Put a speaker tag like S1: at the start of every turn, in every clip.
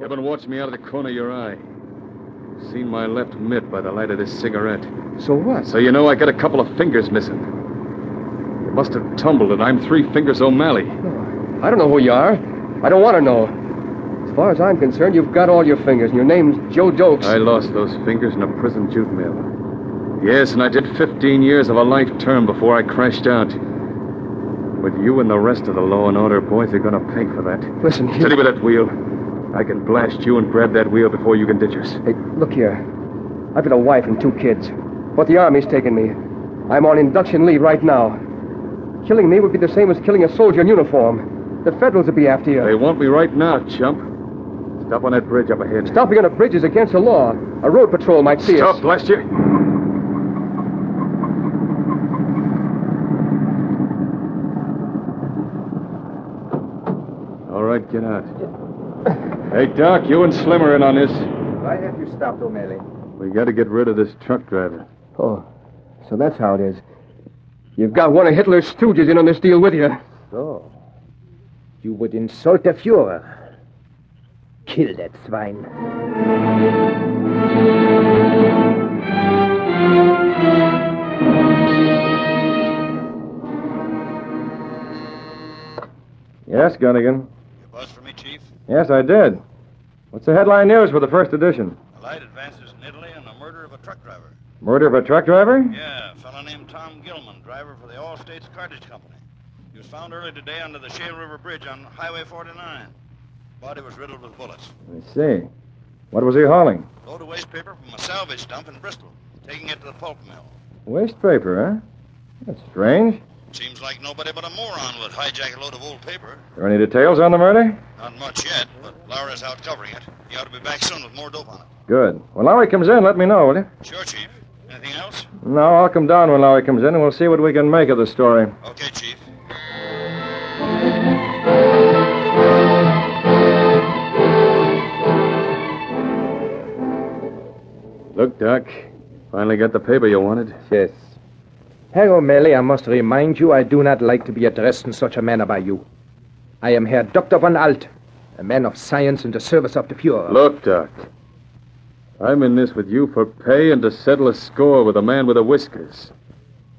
S1: Heaven watched me out of the corner of your eye. Seen my left mitt by the light of this cigarette.
S2: So what?
S1: So you know I got a couple of fingers missing. You must have tumbled it. I'm three fingers O'Malley.
S2: I don't know who you are. I don't want to know. As far as I'm concerned, you've got all your fingers, and your name's Joe Dokes.
S1: I lost those fingers in a prison jute mill. Yes, and I did 15 years of a life term before I crashed out. But you and the rest of the law and order boys are going to pay for that.
S2: Listen, you...
S1: Steady with that wheel. I can blast you and grab that wheel before you can ditch us.
S2: Hey, look here. I've got a wife and two kids. But the army's taken me. I'm on induction leave right now. Killing me would be the same as killing a soldier in uniform. The Federals would be after you.
S1: They want me right now, chump. Stop on that bridge up ahead.
S2: Stopping on a bridge is against the law. A road patrol might see
S1: Stop,
S2: us.
S1: blast you. All right, get out. Hey, Doc, you and Slim are in on this.
S3: Right after you stopped, O'Malley.
S1: We got to get rid of this truck driver.
S2: Oh, so that's how it is. You've got one of Hitler's stooges in on this deal with you.
S3: So, you would insult the Fuhrer. Kill that swine.
S4: Yes, Gunnigan.
S5: Buzz for me, Chief.
S4: Yes, I did. What's the headline news for the first edition?
S5: The light advances in Italy on the murder of a truck driver.
S4: Murder of a truck driver?
S5: Yeah, a fellow named Tom Gilman, driver for the All States Cartage Company. He was found early today under the Shale River Bridge on Highway 49. Body was riddled with bullets.
S4: I see. What was he hauling?
S5: Load of waste paper from a salvage dump in Bristol, taking it to the pulp mill.
S4: Waste paper, huh? That's strange.
S5: Seems like nobody but a moron would hijack a load of old paper.
S4: There any details on the murder?
S5: Not much yet, but Laura's out covering it. He ought to be back soon with more dope on it.
S4: Good. When Lowry comes in, let me know, will you?
S5: Sure, Chief. Anything else?
S4: No, I'll come down when Lowry comes in, and we'll see what we can make of the story.
S5: Okay, Chief.
S1: Look, Doc, finally got the paper you wanted.
S3: Yes. Herr O'Malley, I must remind you I do not like to be addressed in such a manner by you. I am Herr Dr. von Alt, a man of science in the service of the Fuhrer.
S1: Look, Doc, I'm in this with you for pay and to settle a score with a man with the whiskers.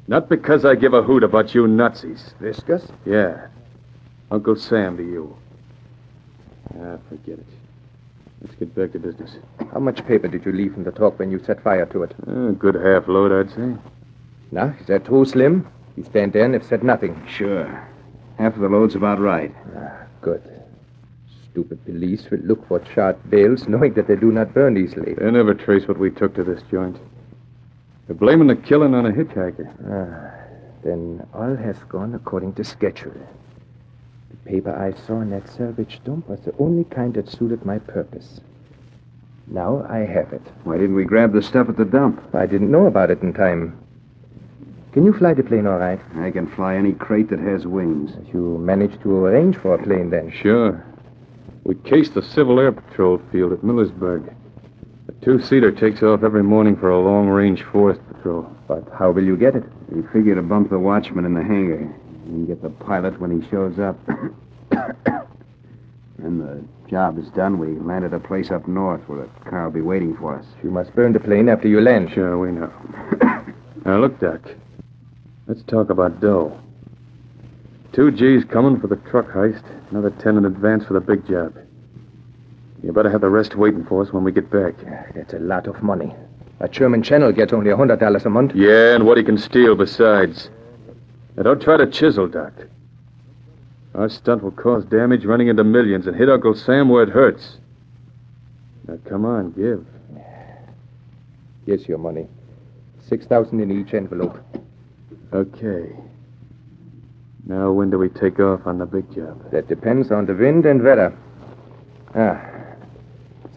S1: Not because I give a hoot about you Nazis.
S3: Viscus?
S1: Yeah. Uncle Sam to you. Ah, forget it. Let's get back to business.
S3: How much paper did you leave in the truck when you set fire to it?
S4: Ah,
S1: A good half load, I'd say.
S3: Now, is that true, Slim? He stand there and have said nothing. Ah,
S6: Sure. Half of the load's about right.
S3: Good. Stupid police will look for charred bales, knowing that they do not burn easily.
S1: They never trace what we took to this joint. They're blaming the killing on a hitchhiker.
S3: Then all has gone according to schedule. The paper I saw in that salvage dump was the only kind that suited my purpose. Now I have it.
S6: Why didn't we grab the stuff at the dump?
S3: I didn't know about it in time. Can you fly the plane all right?
S6: I can fly any crate that has wings.
S3: You managed to arrange for a plane then.
S1: Sure. We cased the Civil Air Patrol field at Millersburg. A two seater takes off every morning for a long range forest patrol.
S6: But how will you get it? We figure to bump the watchman in the hangar and get the pilot when he shows up. When the job is done, we land at a place up north where a car will be waiting for us.
S3: You must burn the plane after you land.
S1: Sure, we know. now, look, Doc. Let's talk about dough. Two G's coming for the truck heist, another ten in advance for the big job. You better have the rest waiting for us when we get back.
S3: That's a lot of money. A German channel gets only a hundred dollars a month.
S1: Yeah, and what he can steal besides. Now, don't try to chisel, Doc. Our stunt will cause damage running into millions and hit Uncle Sam where it hurts. Now, come on, give.
S3: Here's your money. Six thousand in each envelope.
S1: Okay. Now, when do we take off on the big job?
S3: That depends on the wind and weather. Ah.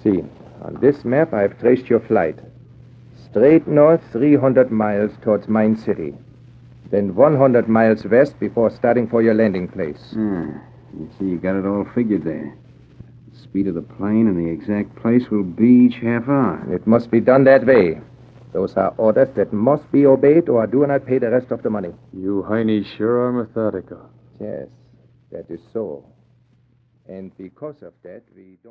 S3: See, on this map I've traced your flight. Straight north, 300 miles towards Mine City. Then 100 miles west before starting for your landing place.
S6: Ah, you see, you got it all figured there. The speed of the plane and the exact place will be each half hour.
S3: It must be done that way. Those are orders that must be obeyed or I do not pay the rest of the money.
S1: You heinies sure are methodical.
S3: Yes, that is so. And because of that, we don't.